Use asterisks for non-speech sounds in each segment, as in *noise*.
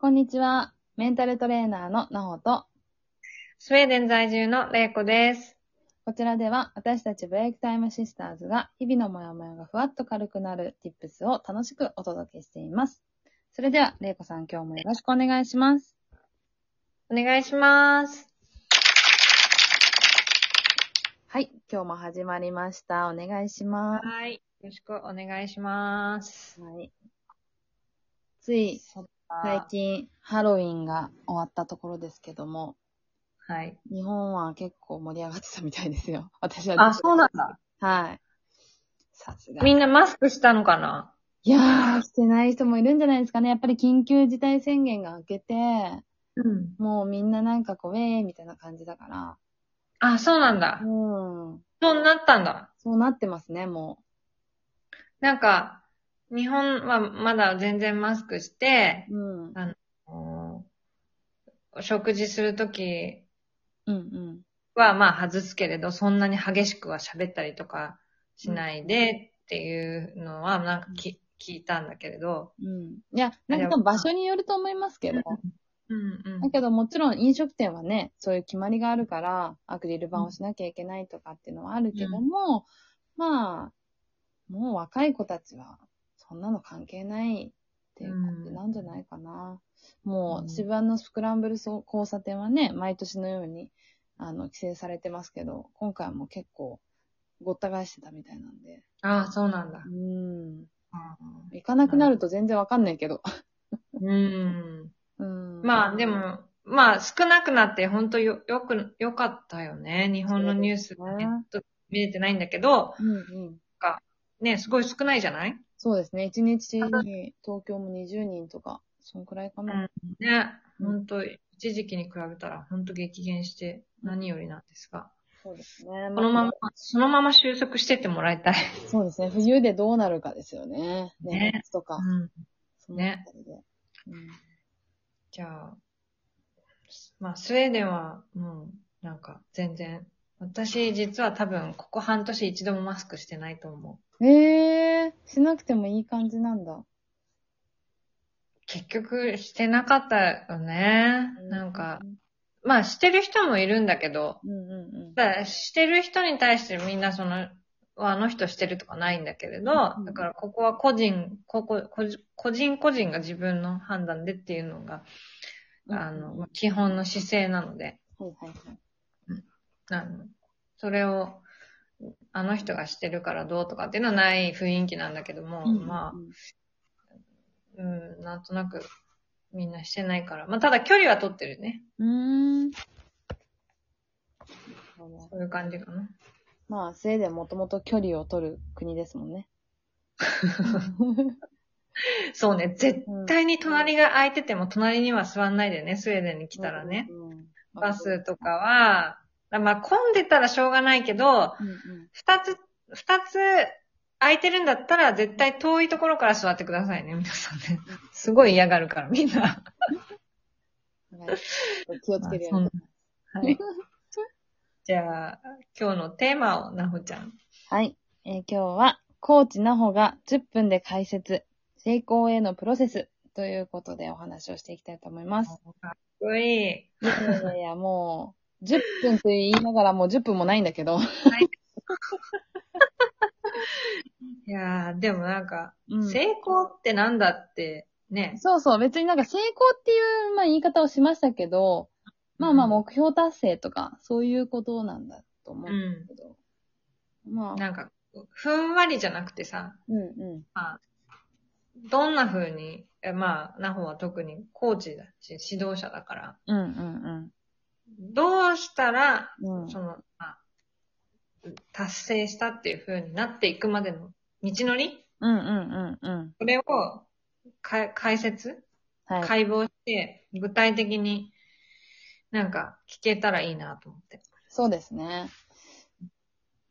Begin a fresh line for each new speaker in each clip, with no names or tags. こんにちは。メンタルトレーナーのなほと、
スウェーデン在住のレイコです。
こちらでは私たちブレイクタイムシスターズが日々のモヤモヤがふわっと軽くなる tips を楽しくお届けしています。それでは、れいこさん今日もよろしくお願いします。
お願いします。
はい、今日も始まりました。お願いします。
はい。よろしくお願いします。
はい。つい
そっ
最
か。
近ハロウィンが終わったところですけども、
はい。
日本は結構盛り上がってたみたいですよ。私は。
あ、そうなんだ。
はい。さすが。
みんなマスクしたのかない
やー、してない人もいるんじゃないですかね。やっぱり緊急事態宣言が明けて、
うん。
もうみんななんかこう、ウェーみたいな感じだか
あ、そうなん
ら。。
だ
うん。
そうなったんだ。
そうなってますね、も
なんか、日本はまだ全然マスクして、
う。うん。うん
お食事するとき
うん。
はまあ外すけれど、そんなに激しくは喋ったりとかしないでっていうのはなんかき聞いたんだけれど。
うん。いや、なんか多分場所によると思いますけど。
うんうん
だけどもちろん飲食店はね、そういう決まりがあるから、アクリル板をしなきゃいけないとかっていうのはあるけども、まあ、もう若い子たちは、そんなの関係ないっていう感じなんじゃないかな。も
う
う、
ん
渋谷のスクランブルそう交差点はね、毎年のように、あの、規制されてますけど、今回も結構、ごった返してたみたいなんで。
ああ、そうなんだ
う。ん。
う
行かなくなると全然わかんないけど。 *laughs*
ん。
うん。
まあでも、まあ少なくなって本当よ、よく、よかったよね。日本のニュース
そう
が
です
ね
ね
ちょっと見れてないんだけど、
うんうん。
ね、すごい少ないじゃない
そうですね。一日に東京も20人とか、そんくらいかな。
ね、
うん
本当一時期に比べたら本当激減して何よりなんですが、
そうですね。
このまま
あ、、
そのまま収束してってもらいたい。
そうですね。冬でどうなるかですよね。
ね
年末とか。
うん
そのあたりで。うん
じゃあ、まあスウェーデンはもうなんか全然、私実は多分ここ半年一度もマスクしてないと思う。
えー、しなくてもいい感じなんだ。
結局してなかったよね。なんか、、まあしてる人もいるんだけど、
うんうんうん。
ただしてる人に対してみんなその、あの人してるとかないんだけれど、
うん
だからここは個人、ここ、こじ個人個人が自分の判断でっていうのが、あの、まあ基本の姿勢なので、
はいはいはい。
あのそれを、あの人がしてるからどうとかっていうのはない雰囲気なんだけども、まあ、うん、なんとなくみんなしてないから。まあ、ただ距離は取ってるね。
うんうん。うーん。
そういう感じかな。
まあ、スウェーデンもともと距離を取る国ですもんね。
そうね。絶
うん
対に隣が空いてても隣には座んないでね、スウェーデンに来たらね。。
うん
バスとかは、まあ混んでたらしょうがないけど、
うんうん。
二つ、二つ空いてるんだったら絶対遠いところから座ってくださいね、皆さんね。すごい嫌がるから、みん
は
な。
い気をつけるように。
はい。じゃあ、今日のテーマを、なほちゃん。
*laughs* はい。えー今日は、コーチなほが10分で解説、成功へのプロセスということでお話をしていきたいと思いま
か
す。
っこいい。
いやいやいやいや、もう、10分と言いながらもう10分もないんだけど。
いやー、でもなんか、
うん
成功ってなんだって、ね。
そうそう、別になんか成功っていう、まあ、言い方をしましたけど、まあまあ目標達成とか、そういうことなんだと思
う
うん
ん
だ。けど。まあ、
なんか、ふんわりじゃなくてさ、
うんうん。
どんな風に、えまあ、なほは特にコーチだし、指導者だから、
うんうん
どうしたら、
うん。うん
その、まあ、達成したっていう風になっていくまでの道のり
うんうんうんうん。
それをか解説
はい。
解剖して、具体的になんか聞けたらいいなと思って。
そうですね。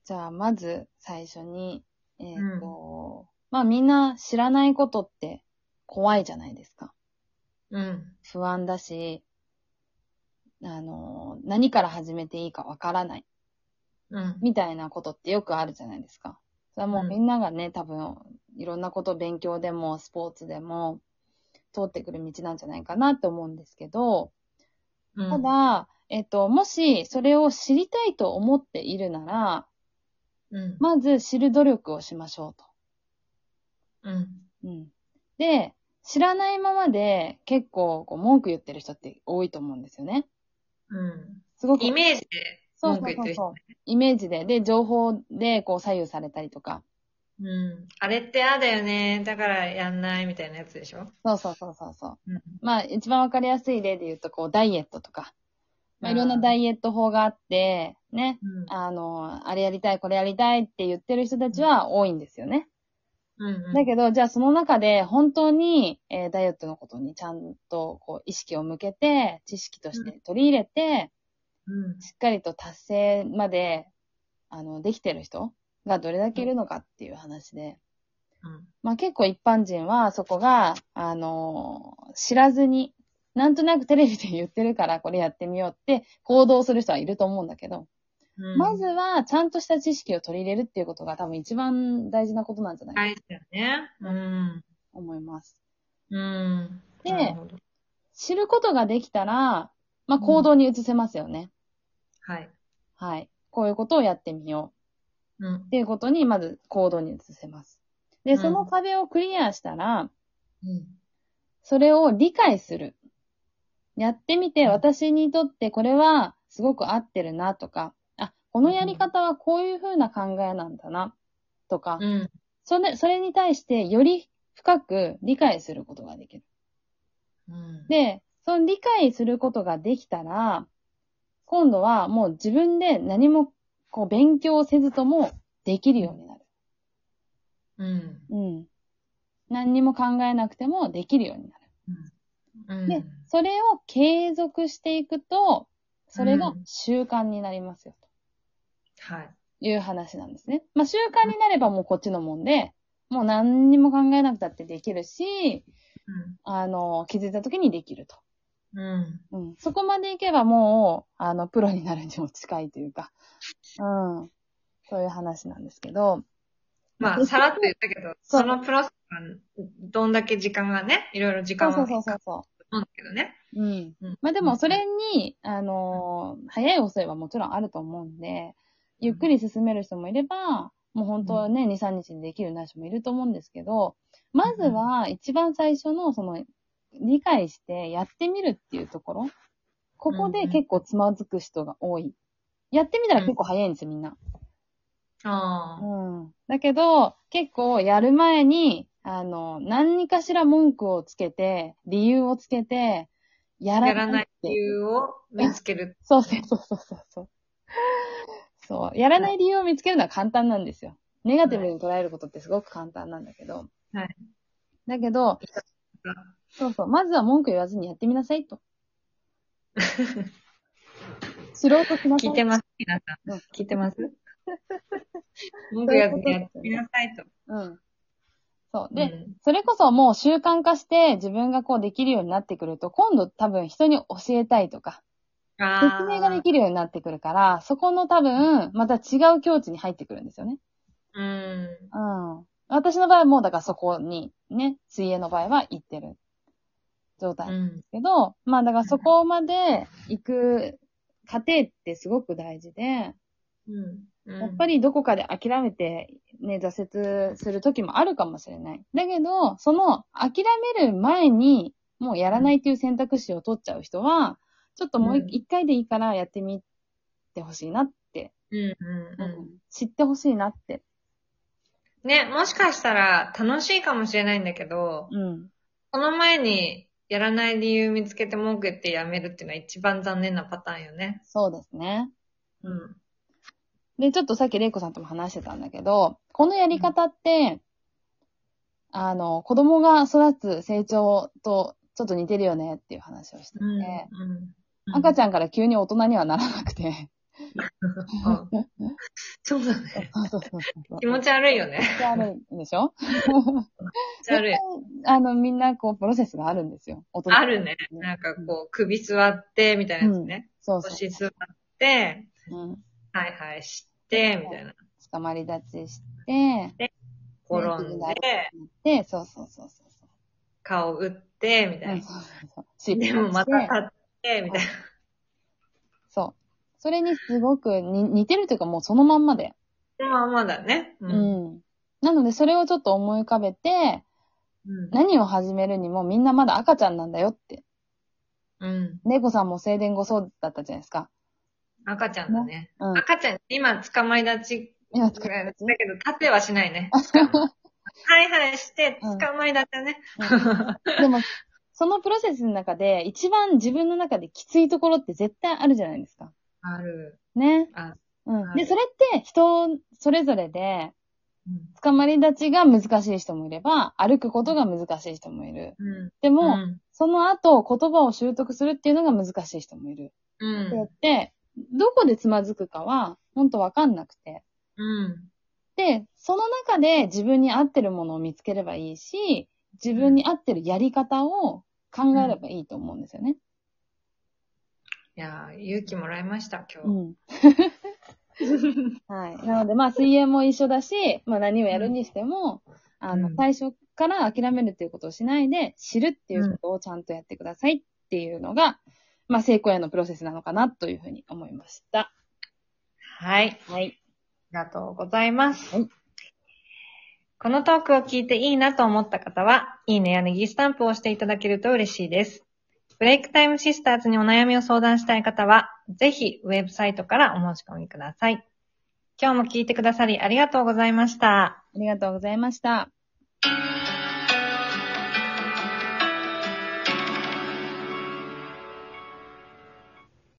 じゃあ、まず最初に、えっ、と、まあみんな知らないことって怖いじゃないですか。
うん。
不安だし、あの、何から始めていいかわからない、
うん。
みたいなことってよくあるじゃないですか。それはもううんみんながね、多分、いろんなこと勉強でも、スポーツでも、通ってくる道なんじゃないかなと思うんですけど、
うん
ただ、えっと、もしそれを知りたいと思っているなら、
うん。
まず知る努力をしましょうと。
うん。
うん。で、知らないままで結構こう文句言ってる人って多いと思うんですよね。
うん。
すごく。
イメージで
そう
文
そ
句
う
言っ
そうそう。。
てる人
イメージで、で、情報でこう左右されたりとか。
うん。あれってああだよね。だからやんないみたいなやつでしょ
そうそうそうそうそう。
うん。
まあ、一番わかりやすい例で言うと、こう、ダイエットとか。まあ、いろんなダ
イ
イエット法があって、ね。
うん。
あの、あれやりたい、これやりたいって言ってる人たちは多いんですよね。
うん。
だけど、じゃあその中で本当に、えーダイエットのことにちゃんとこう意識を向けて、知識として取り入れて、
うん。
しっかりと達成まで、あの、できてる人がどれだけいるのかっていう話で。
うん。
まあ結構一般人はそこが、あのー知らずに、なんとなくテレビで言ってるからこれやってみようって行動する人はいると思うんだけど、
うん。
まずはちゃんとした知識を取り入れるっていうことが多分一番大事なことなんじゃないか
大事だよね。うん。
と思います。
うん。
で
なるほど
知ることができたら、まあ行動に移せますよね。
はい。
はい。こういうことをやってみよ
うん
うっ。ていうことにまず行動に移せます。
う
で、
ん
その壁をクリアしたら、
うん。
それを理解する。やってみて、
うん
私にとってこれはすごく合ってるなとか、あ、このやり方はこういう風な考えなんだなとか、
うん。
それ、それに対してより深く理解することができる。
うん、
で、その理解することができたら、今度はもう自分で何もこう勉強せずともできるようになる。
うん。
うん。何にも考えなくてもできるようになる。
うん。
で、それを継続していくと、それが
うん
習慣になりますよ、と
はい。
いう話なんですね。まあ、習慣になればもうこっちのもんで、もう何にも考えなくたってできるし、あの、気づいた時にできると。
うん。うん。
うん。そこまでいけばもう、あの、プロになるにも近いというか、うん。そういう話なんですけど、
まあ、さらっと言ったけど、
そう
そのプロセスが、どんだけ時間がね、いろいろ時
そ
間
うそ
はか
う
か
そうそ
る
う
と
そ
思うんだけどね。
う。うん。
うん
まあでも、それに、あのー早い遅いはもちろんあると思うんで、ゆっくり進める人もいれば、もう本当はね、2、3日にできるような人もいると思うんですけど、まずは一番最初の、その、理解してやってみるっていうところ、ここで結構つまずく人が多い。やってみたら結構早いんですよ、みんな。
ああ。
うん。だけど、結構やる前に、あの、何かしら文句をつけて、理由をつけて、や
や
ら
ら
な
ない
っ
い
て
理
いう。
由を見つける。
そうそうそうそうそうそう。そう。やらない理由を見つけるのは簡単なんですよ。ネガティブに捉えることってすごく簡単なんだけど。
はい。
だけど、そうそう。まずは文句言わずにやってみなさい
*laughs*
と。知ろうとしなさい。
聞いてます、皆さ
うんん。
聞いてます文句やずにやってみなさいと。
うん。そう。で、
うん
それこそもう習慣化して自分がこうできるようになってくると、今度多分人に教えたいとか、
ああ。
説明ができるようになってくるから、そこの多分、また違う境地に入ってくるんですよね。
うん。
うん。私の場合はもうだからそこに、ね、水泳の場合は行ってる状態
う
なんで
ん。
すけど、まあだからそこまで行く過程ってすごく大事で、
うん。
やっぱ
り、
りどこかで諦めて、ね、挫折する時もあるかもしれない。だけど、その諦める前に、もうやらないっていう選択肢を取っちゃう人は、ちょっともう
うん
一回でいいからやってみてほしいなって、
うんうんうん。
知ってほしいなって。
ね、もしかしたら楽しいかもしれないんだけど、
うん。
その前にやらない理由見つけて文句言ってやめるっていうのは一番残念なパターンよね。
そうですね。
うん。
で、ちょっとさっき玲子さんとも話してたんだけど、このやり方って、あの、子供が育つ成長とちょっと似てるよねっていう話をしてて、
うん。うん、
赤ち
ゃん。
ゃんから急に大人にはならなく
*laughs*
て。
うんそうだね。
そうそうそうそう。
気持ち悪いよね。
ち悪いんでしょ
気持ち悪い。
あの、みんな、こう、プロセスがあるんですよ。大人
あるね。なんかこう、首座って、みたいなやつね。
そうそ
腰座って、
う。うん。
はいはいして、みたいな。
捕まり立ちして、
転ん
ね
で、
で、そうそうそうそう。
顔打って、みたいな。
そうそうそう。シー
で
プ
もまた立って、みたい
そう。それにすごくに似てるというかもうそのまんまで。
な。まあまあだね。う。
うんん。なのでそれをちょっと思い浮かべて、
うん。
何を始めるにもみんなまだ赤ちゃんなんだよって。
うん。
猫さんも生前後葬だったじゃないですか。
赤ちゃんだね。
うん。
赤ちゃん、今捕まり立ち
今
だ
使
け
っ
ど、
て
立てはしないね。はいはいして、
うん
捕まり立てね。 *laughs*
でも、そのプロセスの中で、一番自分の中できついところって絶対あるじゃないですか。
ある。
ね。
あ、
うん。
は
で、
い
それって人それぞれで、
うん。
捕まり立ちが難しい人もいれば、歩くことが難しい人もいる。
うん。
でも、
うん
その後、言葉を習得するっていうのが難しい人もいる。
うん。
そうやって、どこでつまずくかは、ほんとわかんなくて。
うん。
で、その中で自分に合ってるものを見つければいいし、自分に合ってるやり方を考えればいいと思うんですよね。
いやー、勇気もらいました、今
う
日。
ん。はい。 *laughs* なので、まあ、水泳も一緒だし、まあ、何をやるにしても、あ
う
の、
ん
最初から諦めるっていうことをしないで、知るっていうことをちゃんとやってくださいっていうのが、まあ、成功へのプロセスなのかなというふうに思いました。
はい。
はい。
ありがとうございます。
はい
このトークを聞いていいなと思った方は、いいねやネギスタンプを押していただけると嬉しいです。ブレイクタイムシスターズにお悩みを相談したい方は、ぜひウェブサイトからお申し込みください。今日も聞いてくださりありがとうございました。
ありがとうございました。